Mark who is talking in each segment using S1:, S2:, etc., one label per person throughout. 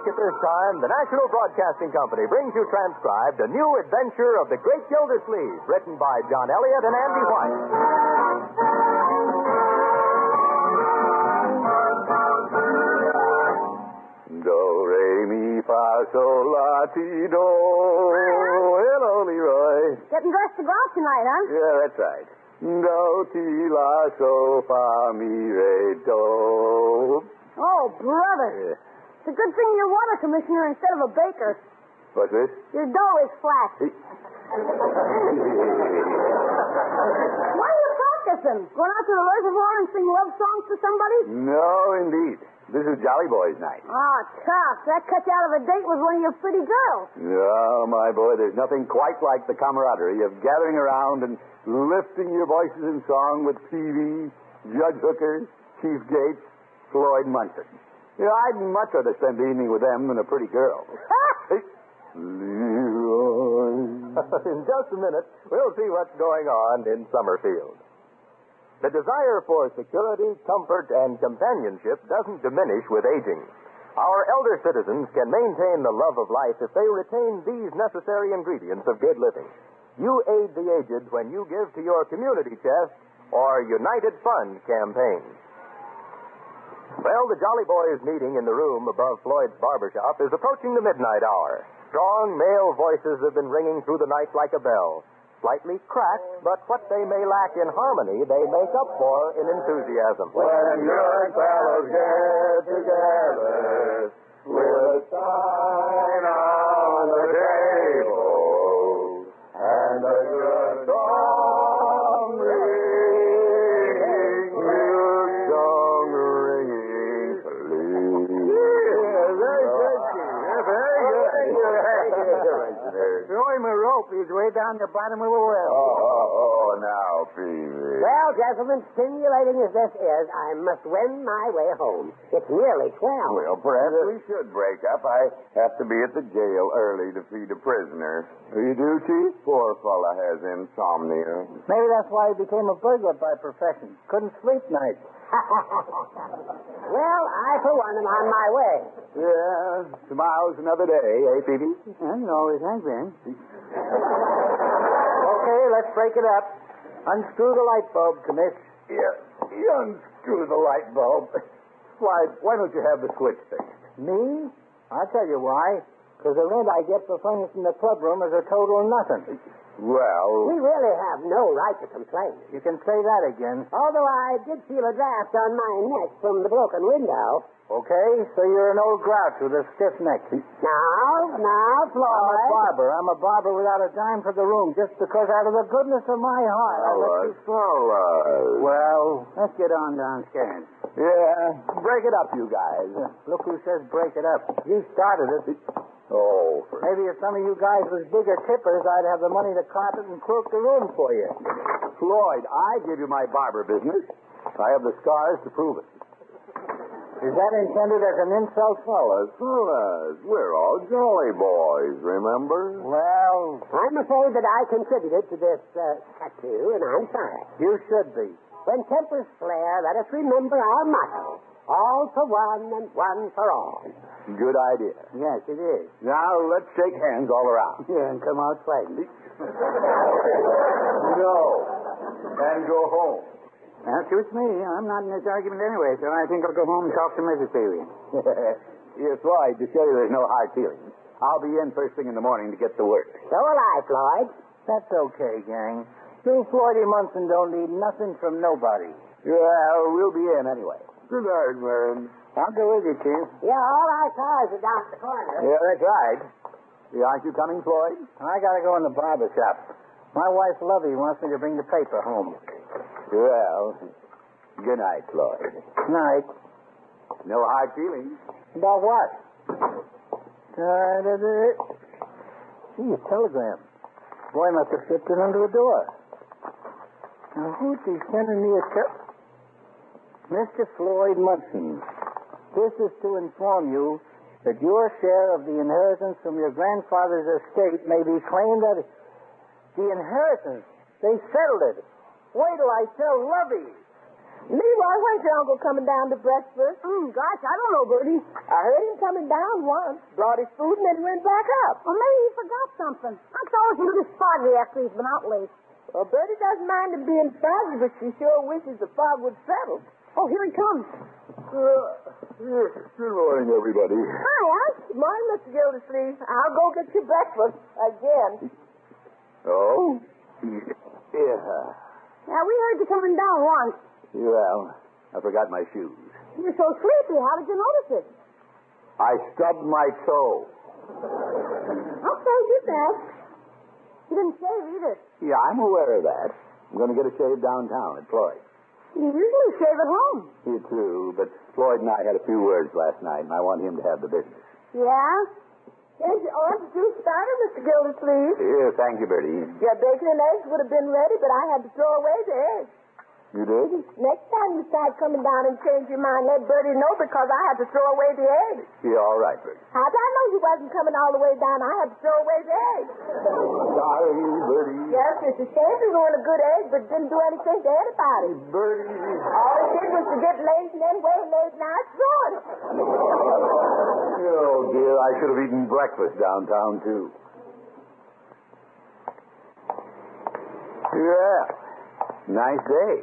S1: time, the National Broadcasting Company brings you transcribed a new adventure of the Great Gildersleeve, written by John Elliott and Andy White.
S2: Do, re, mi, fa, sol, la, ti, do. Hello, Leroy.
S3: Getting dressed to go out tonight, huh?
S2: Yeah, that's right. Do, ti, la, sol, fa, mi, re, do.
S3: Oh, brother.
S2: Yeah.
S3: It's a good thing you're a water commissioner instead of a baker.
S2: What's this?
S3: Your dough is flat. Why are you practicing? Going out to the reservoir and sing love songs to somebody?
S2: no, indeed. This is Jolly Boys Night.
S3: Oh, tough. That cut you out of a date with one of your pretty girls.
S2: No, my boy, there's nothing quite like the camaraderie of gathering around and lifting your voices in song with Peavy, Judge Hooker, Chief Gates, Floyd Munson. You know, I'd much rather spend the evening with them than a pretty girl. Hey, Leroy.
S1: in just a minute, we'll see what's going on in Summerfield. The desire for security, comfort, and companionship doesn't diminish with aging. Our elder citizens can maintain the love of life if they retain these necessary ingredients of good living. You aid the aged when you give to your community chest or United Fund campaign. Well, the Jolly Boys meeting in the room above Floyd's barbershop is approaching the midnight hour. Strong male voices have been ringing through the night like a bell. Slightly cracked, but what they may lack in harmony, they make up for in enthusiasm.
S2: When good fellows get together with a sign on the table and a good song ringing, good song ringing.
S4: Roy Marope is way down the bottom of the
S2: Oh,
S4: well.
S2: oh, oh, now, Peavy.
S5: Well, gentlemen, stimulating as this is, I must win my way home. It's nearly 12.
S2: Well, perhaps we should break up. I have to be at the jail early to feed a prisoner. You do, Chief? Poor fella has insomnia.
S4: Maybe that's why he became a burglar by profession. Couldn't sleep nights.
S5: well, I, for one, am on my way.
S2: Yeah, tomorrow's another day, eh, Peavy?
S4: And always has been. okay, let's break it up. Unscrew the light bulb, Commiss.
S2: Yeah. You unscrew the light bulb. Why, why don't you have the switch fixed?
S4: Me? I'll tell you why. Because the rent I get for furnishing the clubroom is a total nothing.
S5: We
S2: Well,
S5: really have no right to complain.
S4: You can say that again.
S5: Although I did feel a draft on my neck from the broken window.
S4: Okay, so you're an old grouch with a stiff neck.
S5: Now, now,
S4: I'm a
S5: Floyd.
S4: barber. I'm a barber without a dime for the room, just because out of the goodness of my heart. I let you-
S2: Well,
S4: Well, let's get on downstairs.
S2: yeah. Break it up, you guys.
S4: Look who says break it up. You started it.
S2: Oh, for...
S4: Maybe if some of you guys was bigger tippers, I'd have the money to carpet and quilt the room for you.
S2: Floyd, I give you my barber business. I have the scars to prove it.
S4: Is that intended as an insult?
S2: Fellas, fellas, we're all jolly boys, remember?
S4: Well,
S5: I'm afraid that I contributed to this uh, tattoo, and I'm sorry.
S4: you should be.
S5: When tempers flare, let us remember our motto all for one and one for all.
S2: Good idea.
S4: Yes, it is.
S2: Now let's shake hands all around.
S4: Yeah, and come out fighting.
S2: No. And go home.
S4: That suits me. I'm not in this argument anyway, so I think I'll go home and talk to Mrs. Peavy.
S2: yes, Lloyd, to show you there's no hard feelings. I'll be in first thing in the morning to get to work.
S5: So will I, Floyd.
S4: That's okay, gang. You Floydie Munson don't need nothing from nobody.
S2: Well, we'll be in anyway. Good night, man.
S4: I'll go with you, Chief.
S5: Yeah, all our cars are down at the corner.
S2: Yeah, that's right. Yeah, aren't you coming, Floyd?
S4: I gotta go in the barber shop. My wife Lovey wants me to bring the paper home.
S2: Well, good night, Floyd.
S4: Night.
S2: No hard feelings.
S4: About what? Da-da-da. Gee, a telegram. Boy must have slipped it under the door. Now, who's he sending me a tel- Mr. Floyd Munson, this is to inform you that your share of the inheritance from your grandfather's estate may be claimed as the inheritance. They settled it. Wait till I tell Lovey.
S3: Leroy, when's your uncle coming down to breakfast?
S6: Oh,
S3: Mm, gosh, I don't know, Bertie. I heard him coming down once, brought his food, and then went back up.
S6: Well, maybe he forgot something. Unc's always a little foggy after he's been out late.
S3: Well, Bertie doesn't mind him being foggy, but she sure wishes the fog would settle. Oh, here he comes.
S2: Good morning, everybody.
S3: Hi, Unc. Good morning, Mr. Gildersleeve. I'll go get your breakfast again.
S2: Oh? Yeah.
S6: Yeah, we heard you coming down once.
S2: Well, I forgot my shoes.
S6: You're so sleepy. How did you notice it?
S2: I stubbed my toe.
S6: Okay, get that. You didn't shave either.
S2: Yeah, I'm aware of that. I'm going to get a shave downtown at Floyd.
S6: You usually shave at home.
S2: You too, but Floyd and I had a few words last night, and I want him to have the business.
S3: Yeah? Is your orange juice started, Mr. Gildersleeve?
S2: Yeah, thank you, Bertie.
S3: Your bacon and eggs would have been ready, but I had to throw away the eggs.
S2: You did?
S3: Next time you start coming down and change your mind, let Bertie know because I had to throw away the eggs.
S2: Yeah, all right, Bertie.
S3: How'd I know you wasn't coming all the way down? I had to throw away the eggs.
S2: Sorry, Bertie.
S3: Yes, it's a shame to ruin a good egg, but didn't do anything to anybody.
S2: Bertie.
S3: All it did was to get lazy and then way late and I threw it.
S2: Oh, dear, I should have eaten breakfast downtown, too. Yeah. Nice day.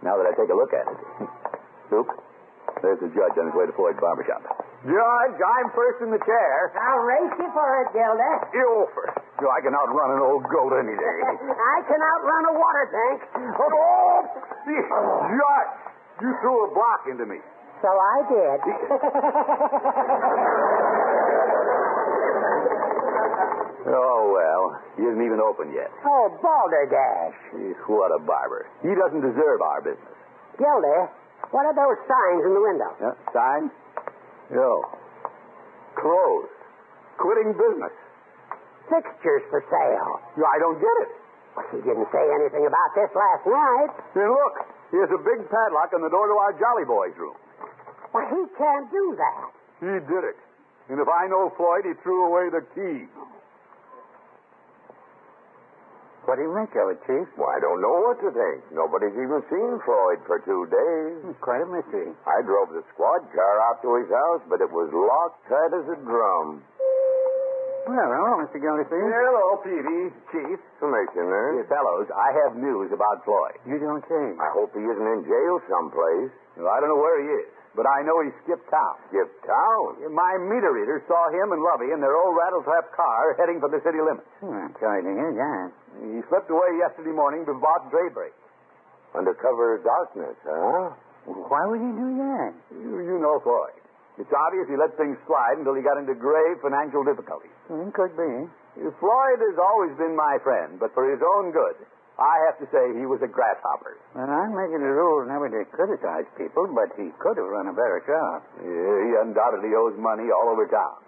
S2: Now that I take a look at it. Luke, there's the judge on his way to Floyd's barbershop. Judge, I'm first in the chair.
S5: I'll race you for it, Gilda.
S2: You first. You know, I can outrun an old goat any day.
S5: I can outrun a water tank.
S2: oh, Judge, you threw a block into me.
S5: So I did.
S2: Oh, well, he isn't even open yet.
S5: Oh, balderdash.
S2: Eh, What a barber. He doesn't deserve our business.
S5: Gilda, what are those signs in the window?
S2: Huh? Sign? No. Closed. Quitting business.
S5: Fixtures for sale.
S2: You- I don't get it.
S5: Well, she didn't say anything about this last night.
S2: Then look, here's a big padlock on the door to our Jolly Boys room.
S5: Well, he can't do that.
S2: He did it. And if I know Floyd, he threw away the key.
S4: What do you make of it, Chief?
S2: Well, I don't know what to think. Nobody's even seen Floyd for two days.
S4: Quite a mystery.
S2: I drove the squad car out to his house, but it was locked tight as a drum.
S4: Well, hello, Mr. Gildersleeve.
S2: Hello, Peavy. Chief. Commissioner. fellows, I have news about Floyd.
S4: You don't change.
S2: I hope he isn't in jail someplace. Well, I don't know where he is, but I know he skipped town. Skipped town? My meter reader saw him and Lovey in their old rattletrap car heading for the city limits.
S4: Hmm, I'm sorry to hear that.
S2: He slipped away yesterday morning about daybreak. Under cover of darkness, huh?
S4: Why would he do that?
S2: You, you know Floyd. It's obvious he let things slide until he got into grave financial difficulties.
S4: Hmm, could be.
S2: Floyd has always been my friend, but for his own good, I have to say he was a grasshopper.
S4: Well, I'm making a rule never to criticize people, but he could have run a better job.
S2: Yeah, he undoubtedly owes money all over town.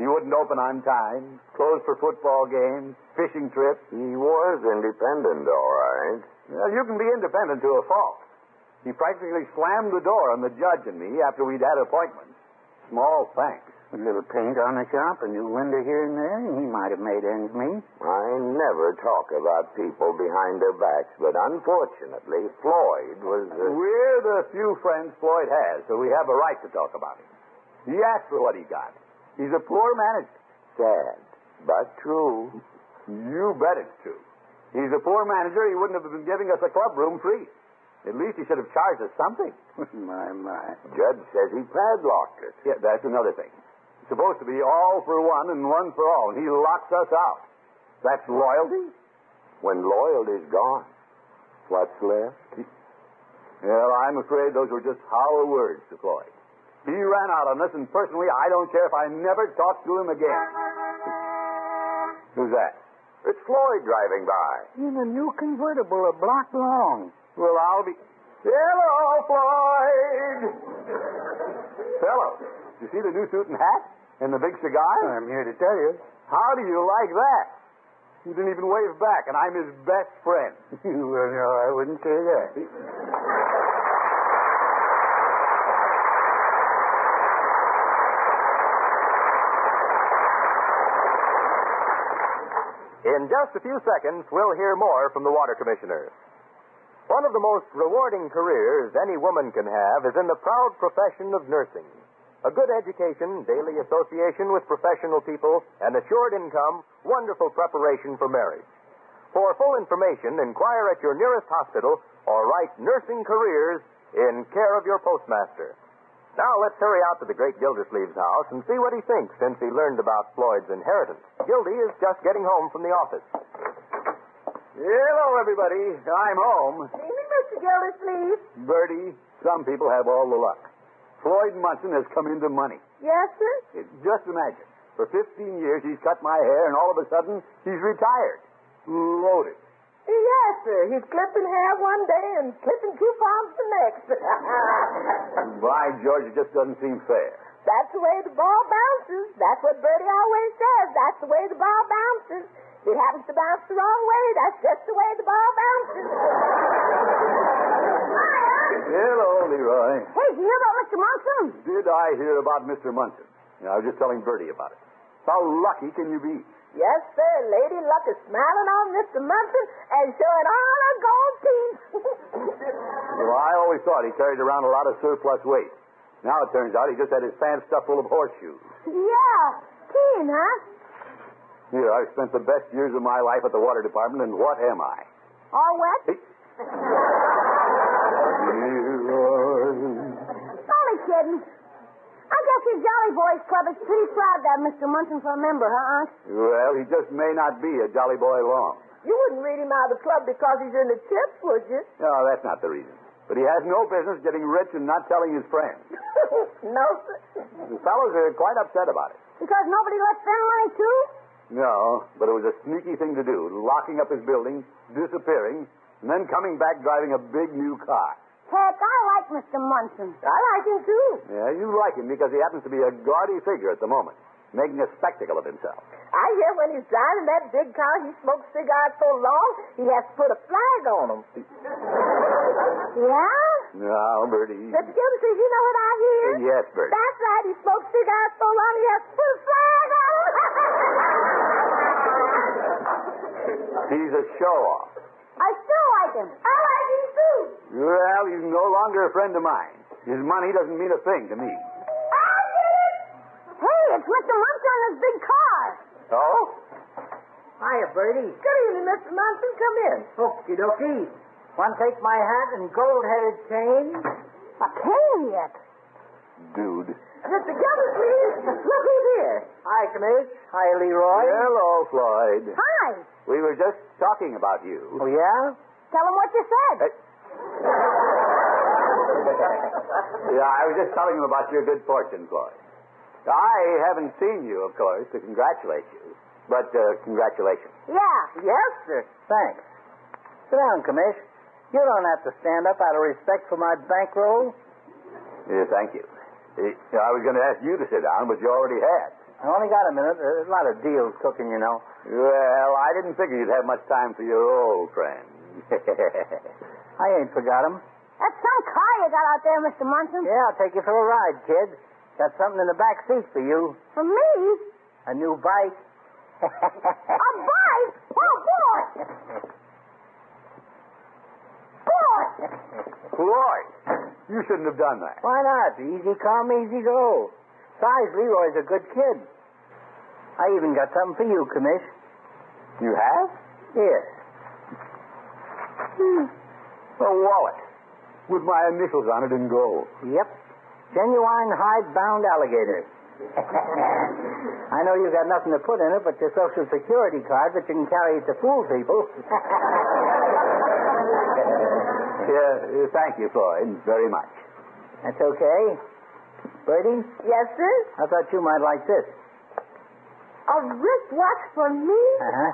S2: He wouldn't open on time, closed for football games, fishing trips. He was independent, all right. Well, you can be independent to a fault. He practically slammed the door on the judge and me after we'd had appointments. Small thanks.
S4: A little paint on the shop, a new window here and there, and he might have made ends meet.
S2: I never talk about people behind their backs, but unfortunately, Floyd was. uh, We're the few friends Floyd has, so we have a right to talk about him. He asked for what he got. He's a poor manager. Sad, but true. You bet it's true. He's a poor manager. He wouldn't have been giving us a club room free. At least he should have charged us something.
S4: my, my.
S2: Judge says he padlocked it. Yeah, that's another thing. It's supposed to be all for one and one for all, and he locks us out. That's loyalty? When loyalty's gone, what's left? Well, I'm afraid those were just hollow words to Floyd. He ran out on us, and personally, I don't care if I never talk to him again. Who's that? It's Floyd driving by.
S4: In a new convertible, a block long.
S2: Well, I'll be. Hello, Floyd. Hello. You see the new suit and hat and the big cigar?
S4: I'm here to tell you.
S2: How do you like that? You didn't even wave back, and I'm his best friend.
S4: well, no, I wouldn't say that.
S1: In just a few seconds, we'll hear more from the water commissioner. One of the most rewarding careers any woman can have is in the proud profession of nursing. A good education, daily association with professional people, an assured income, wonderful preparation for marriage. For full information, inquire at your nearest hospital or write Nursing Careers in care of your postmaster. Now let's hurry out to the great Gildersleeve's house and see what he thinks since he learned about Floyd's inheritance. Gildy is just getting home from the office.
S2: Hello, everybody. I'm home.
S5: Evening, Mr. Gildersleeve.
S2: Bertie, some people have all the luck. Floyd Munson has come into money.
S5: Yes, sir?
S2: It- Just imagine. For 15 years, he's cut my hair, and all of a sudden, he's retired. Loaded.
S5: Yes, sir. He's clipping hair one day and clipping coupons the next.
S2: By George, it just doesn't seem fair.
S5: That's the way the ball bounces. That's what Bertie always says. That's the way the ball bounces. If it happens to bounce the wrong way, that's just the way the ball bounces. Hiya!
S2: Hello, Leroy.
S7: Hey, do you hear about Mr. Monson?
S2: Did I hear about Mr. Munson? Yeah, I was just telling Bertie about it. How lucky can you be?
S5: Yes, sir. Lady Luck is smiling on Mr. Munson and showing all her gold teeth.
S2: Well, I always thought he carried around a lot of surplus weight. Now it turns out he just had his pants stuffed full of horseshoes.
S7: Yeah. Keen, huh?
S2: Here, I've spent the best years of my life at the water department, and what am I?
S7: All wet? Only kidding. I guess your Jolly Boys Club is pretty proud to have Mr. Munson for a member, huh, Unc?
S2: Well, he just may not be a jolly boy long.
S5: you wouldn't read him out of the club because he's in the chips, would you?
S2: No, that's not the reason. But he has no business getting rich and not telling his friends.
S5: no, sir.
S2: The fellows are quite upset about it.
S7: Because nobody lets them money, too?
S2: No, but it was a sneaky thing to do, locking up his building, disappearing, and then coming back driving a big new car.
S7: Heck, I like Mr. Munson.
S5: I like him, too.
S2: Yeah, you like him because he happens to be a gaudy figure at the moment, making a spectacle of himself.
S5: I hear when he's driving that big car, he smokes cigars so long, he has to put a flag on them.
S7: Yeah?
S2: No, Bertie.
S5: Mr. Gildersleeve, you know what I hear?
S2: Yes, Bertie.
S5: That's right. He smokes cigars so long, he has to put a flag on them.
S2: He's a show off.
S7: I still like him.
S5: I like him, too.
S2: Well, he's no longer a friend of mine. His money doesn't mean a thing to me.
S7: Hey, it's Mr. Munson in his big car.
S2: Oh?
S8: Hiya, Bertie.
S5: Good evening, Mr. Munson. Come in.
S8: Okie dokie. Want to take my hat and gold-headed chain?
S7: A cane yet.
S2: Dude.
S5: Mr. Gildersleeve, look who's here.
S8: Hi, Commish. Hi, Leroy.
S2: Hello, Floyd.
S7: Hi.
S2: We were just talking about you.
S8: Oh, yeah?
S7: Tell him what you said.
S2: Yeah, I was just telling him about your good fortune, Floyd. I haven't seen you, of course, to congratulate you. But uh, congratulations.
S7: Yeah.
S8: Yes, sir.
S4: Thanks. Sit down, Commish. You don't have to stand up out of respect for my bankroll.
S2: Yeah, thank you. Uh, I was going to ask you to sit down, but you already had.
S4: I only got a minute. There's a lot of deals cooking, you know.
S2: Well, I didn't figure you'd have much time for your old friend.
S4: I ain't forgot 'em.
S7: That's some car you got out there, Mr. Munson.
S4: Yeah, I'll take you for a ride, kid. Got something in the back seat for you.
S7: For me?
S4: A new bike.
S7: A bike? Oh, boy. Boy.
S2: Floyd, you shouldn't have done that.
S4: Why not? Easy come, easy go. Besides, Leroy's a good kid. I even got something for you, Commish.
S2: You have?
S4: Here.
S2: A wallet with my initials on it in gold.
S4: Yep. Genuine hide-bound alligator. I know you've got nothing to put in it but your Social Security card, but you can carry it to fool people.
S2: Yeah, uh, thank you, Floyd, very much.
S4: That's okay. Bertie,
S5: Yes, sir.
S4: I thought you might like this.
S5: A wristwatch for me?
S4: Uh-huh.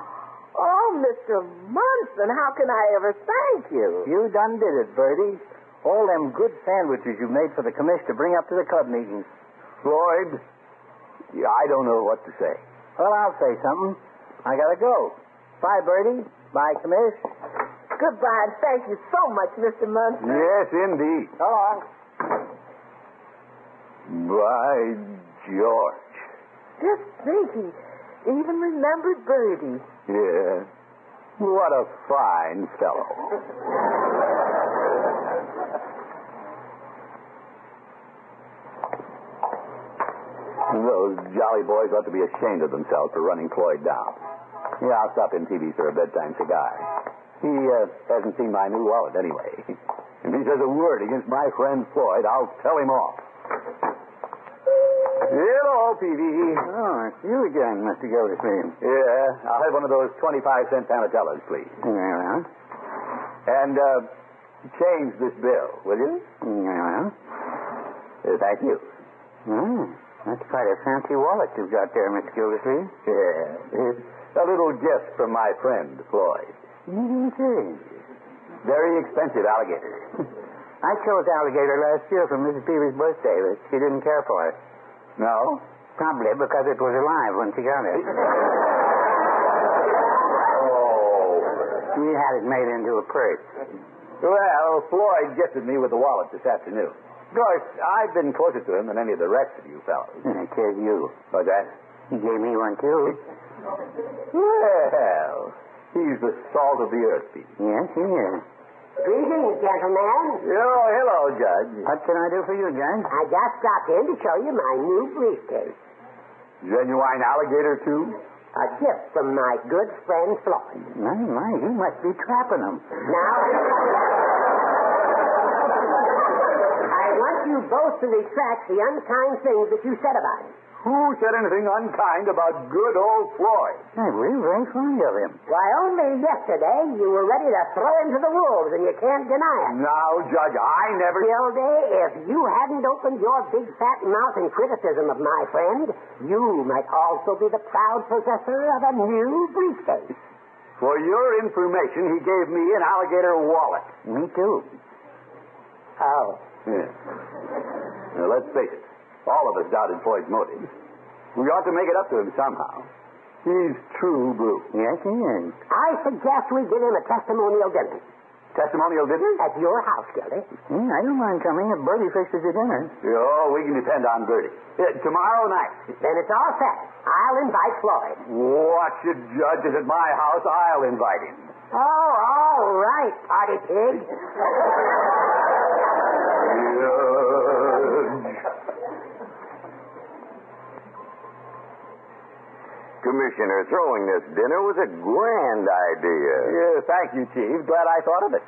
S5: Oh, Mr. Munson, how can I ever thank you?
S4: You done did it, Bertie. All them good sandwiches you made for the commish to bring up to the club meetings.
S2: Floyd, yeah, I don't know what to say.
S4: Well, I'll say something. I gotta go. Bye, Bertie. Bye, commish.
S5: Goodbye, and thank you so much, Mr. Munson.
S2: Yes, indeed.
S4: So long.
S2: By George.
S5: Just thinking, even remembered Birdie.
S2: Yeah. What a fine fellow. Those jolly boys ought to be ashamed of themselves for running Floyd down. Yeah, I'll stop in TV for a bedtime cigar. He uh, hasn't seen my new wallet anyway. If he says a word against my friend Floyd, I'll tell him off. Hello, Peavy.
S4: Oh, it's you again, Mr. Gildersleeve.
S2: Yeah, I'll have one of those 25 cent Panatellas, please.
S4: Well,
S2: And uh, change this bill, will you?
S4: well.
S2: Uh, thank you.
S4: Hmm. That's quite a fancy wallet you've got there, Mr. Gildersleeve.
S2: Yeah, it's a little gift from my friend, Floyd.
S4: You say.
S2: Very expensive alligator.
S4: I chose alligator last year for Mrs. Peavy's birthday, but she didn't care for it.
S2: No?
S4: Probably because it was alive when she got it.
S2: Oh.
S4: She had it made into a purse.
S2: Well, Floyd gifted me with the wallet this afternoon. Of course, I've been closer to him than any of the rest of you fellows.
S4: And it says you.
S2: What's that?
S4: He gave me one, too.
S2: Well, he's the salt of the earth, Pete.
S4: Yes, he is.
S5: Greetings, gentlemen.
S2: Oh, hello, Judge.
S4: What can I do for you, Judge?
S5: I just dropped in to show you my new briefcase.
S2: Genuine alligator, too?
S5: A gift from my good friend Floyd.
S4: My, my, you must be trapping them.
S5: Now, I want you both to retract the unkind things that you said about him.
S2: Who said anything unkind about good old Floyd?
S4: Hey, we're very fond of him.
S5: Why, only yesterday you were ready to throw him to the wolves, and you can't deny it.
S2: Now, Judge, I never.
S5: Gilday, if you hadn't opened your big fat mouth in criticism of my friend, you might also be the proud possessor of a new briefcase.
S2: For your information, he gave me an alligator wallet.
S4: Me, too.
S5: Oh,
S2: Yeah. Now, let's face it. All of us doubted Floyd's motives. We ought to make it up to him somehow. He's true blue.
S4: Yes, he is.
S5: I suggest we give him a testimonial dinner
S2: Testimonial dinner?
S5: at your house, Gilday.
S4: Yeah, Hmm, I don't mind coming if Bertie fixes the dinner.
S2: Oh, we can depend on Bertie. Uh, tomorrow night.
S5: Then it's all set. I'll invite Floyd.
S2: Watch it, Judge. It's at my house. I'll invite him.
S5: Oh, all right, party pig.
S9: Commissioner, throwing this dinner was a grand idea.
S2: Yeah, thank you, Chief. Glad I thought of it.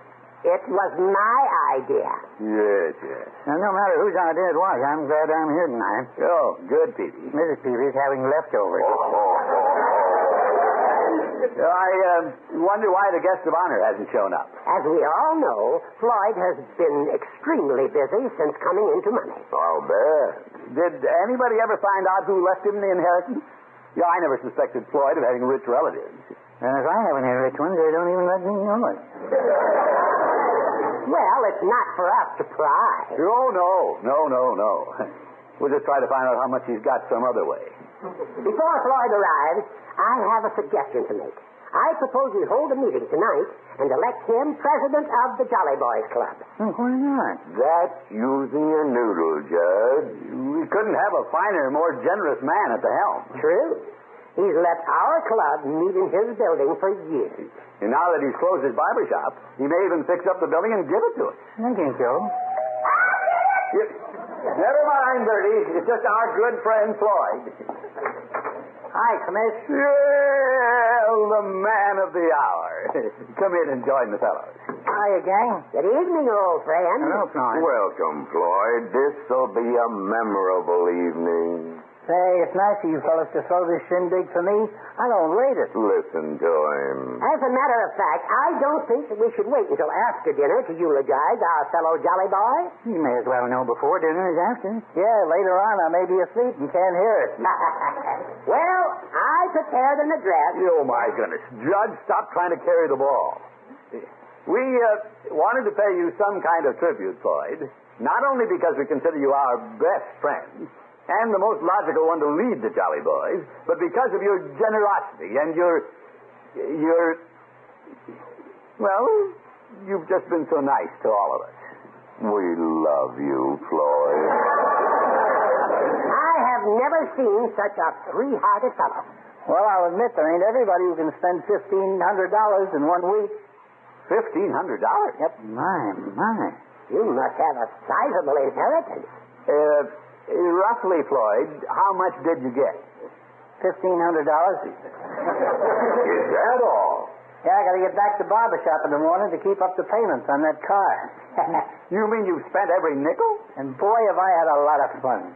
S5: It was my idea.
S2: Yes, yes.
S4: Now, no matter whose idea it was, I'm glad I'm here tonight.
S2: Oh, good, Petey.
S4: Mrs. Peavy's having leftovers.
S2: I um, wonder why the guest of honor hasn't shown up.
S5: As we all know, Floyd has been extremely busy since coming into money.
S9: I'll bet.
S2: Did anybody ever find out who left him the inheritance? Yeah, I never suspected Floyd of having rich relatives.
S4: And if I haven't had rich ones, they don't even let me know it.
S5: Well, it's not for us to pry.
S2: Oh, no, no, no, no. We'll just try to find out how much he's got some other way.
S5: Before Floyd arrives, I have a suggestion to make. I propose we hold a meeting tonight and elect him president of the Jolly Boys Club.
S4: Well, Hmm, why not?
S9: That's using a noodle, Judge.
S2: We couldn't have a finer, more generous man at the helm.
S5: True. He's let our club meet in his building for years.
S2: And now that he's closed his barber shop, he may even fix up the building and give it to us.
S4: I think so.
S2: Never mind, Bertie. It's just our good friend Floyd.
S5: Hi, Commissioner.
S2: Well, the man of the hour. Come in and join the fellows.
S5: Hiya, gang. Good evening, old friend.
S4: Hello, Florence.
S9: Welcome, Floyd. This'll be a memorable evening.
S4: Say, it's nice of you fellas to throw this shindig for me. I don't rate it.
S9: Listen to him.
S5: As a matter of fact, I don't think that we should wait until after dinner to eulogize our fellow Jolly Boy.
S4: You may as well know before dinner as after. Yeah, later on I may be asleep and can't hear it.
S5: well, I prepared an address.
S2: Oh, my goodness. Judge, stop trying to carry the ball. We uh, wanted to pay you some kind of tribute, Floyd, not only because we consider you our best friend and the most logical one to lead the Jolly Boys, but because of your generosity and your. your. well, you've just been so nice to all of us.
S9: We love you, Floyd.
S5: I have never seen such a free-hearted fellow.
S4: Well, I'll admit there ain't everybody who can spend fifteen hundred dollars in one week.
S2: $1,500?
S4: Yep. My, my.
S5: You must have a sizable inheritance.
S2: Uh, Uh, Roughly, Floyd, how much did you get?
S4: Fifteen hundred dollars.
S9: Is that all?
S4: Yeah, I got to get back to barber shop in the morning to keep up the payments on that car.
S2: You mean you spent every nickel?
S4: and boy, have I had a lot of fun.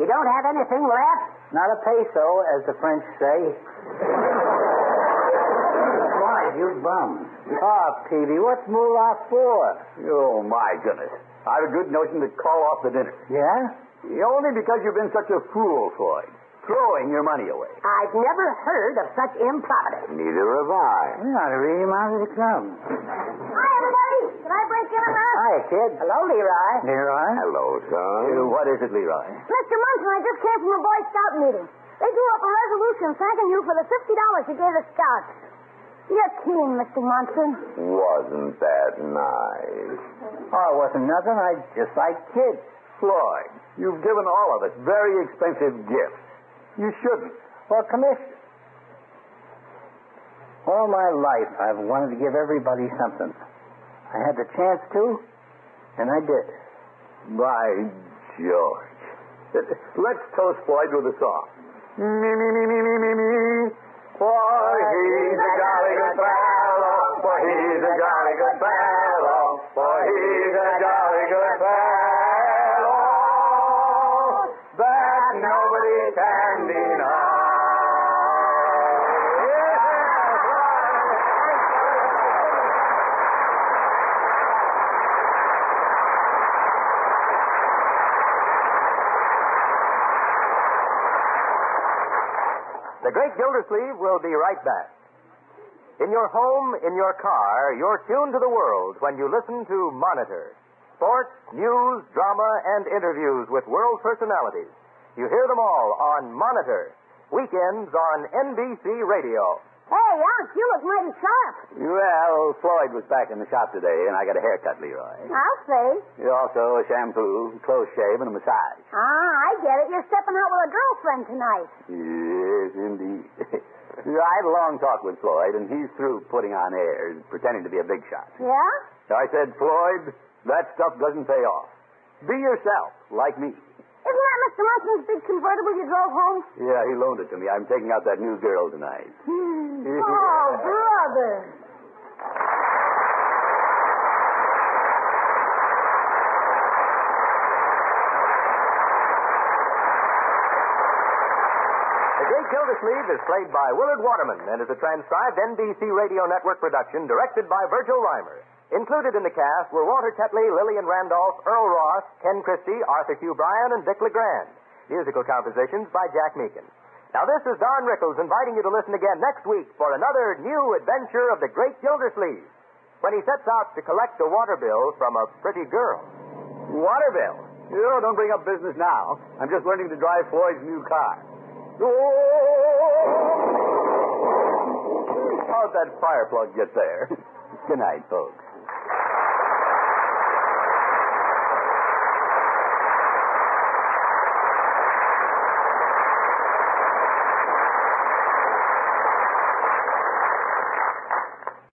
S5: You don't have anything left?
S4: Not a peso, as the French say. Why, you bum. Oh, Peavy, what's moolah for?
S2: Oh, my goodness. I have a good notion to call off the dinner.
S4: Yeah?
S2: Only because you've been such a fool, Floyd, throwing your money away.
S5: I've never heard of such improvidence.
S9: Neither have I.
S4: We ought to read him out of the club.
S6: Hi, everybody. Can I break in on that?
S4: Hi, kid.
S5: Hello, Oh, Leroy.
S4: Leroy?
S9: Hello, son.
S2: Uh, What is it, Leroy?
S6: Mr. Munson, I just came from a Boy Scout meeting. They drew up a resolution thanking you for the $50 you gave the Scouts. You're kidding, Mr. Munson.
S9: Wasn't that nice?
S4: Oh, it wasn't nothing. I just like kids.
S2: Floyd, you've given all of us very expensive gifts. You shouldn't.
S4: Well, commission. All my life, I've wanted to give everybody something. I had the chance to, and I did.
S2: By George. Let's toast Floyd with a song. Me, me, me, me, me, me, me. For he's a jolly good fellow. For he's a jolly good fellow. For he's a jolly good fellow. That nobody can deny.
S1: The Great Gildersleeve will be right back. In your home, in your car, you're tuned to the world when you listen to Monitor. Sports, news, drama, and interviews with world personalities. You hear them all on Monitor. Weekends on NBC Radio.
S6: Hey, Unc, you look mighty sharp.
S2: Well, Floyd was back in the shop today, and I got a haircut, Leroy.
S6: I'll say.
S2: Also, a shampoo, close shave, and a massage.
S6: Ah, I get it. You're stepping out with a girlfriend tonight.
S2: Yes, indeed. I had a long talk with Floyd, and he's through putting on airs, pretending to be a big shot.
S6: Yeah?
S2: So I said, Floyd, that stuff doesn't pay off. Be yourself, like me.
S6: Isn't that Mr. Munson's big convertible you drove home?
S2: Yeah, he loaned it to me. I'm taking out that new girl tonight.
S6: Oh, brother.
S1: The Great Gildersleeve is played by Willard Waterman and is a transcribed NBC Radio Network production directed by Virgil Reimer. Included in the cast were Walter Tetley, Lillian Randolph, Earl Ross, Ken Christie, Arthur Q. Bryan, and Dick LeGrand. Musical compositions by Jack Meakin. Now, this is Don Rickles inviting you to listen again next week for another new adventure of the Great Gildersleeve when he sets out to collect a water bill from a pretty girl.
S2: Water bill. Oh, don't bring up business now. I'm just learning to drive Floyd's new car. Oh! How'd that fire plug get there? Good night, folks.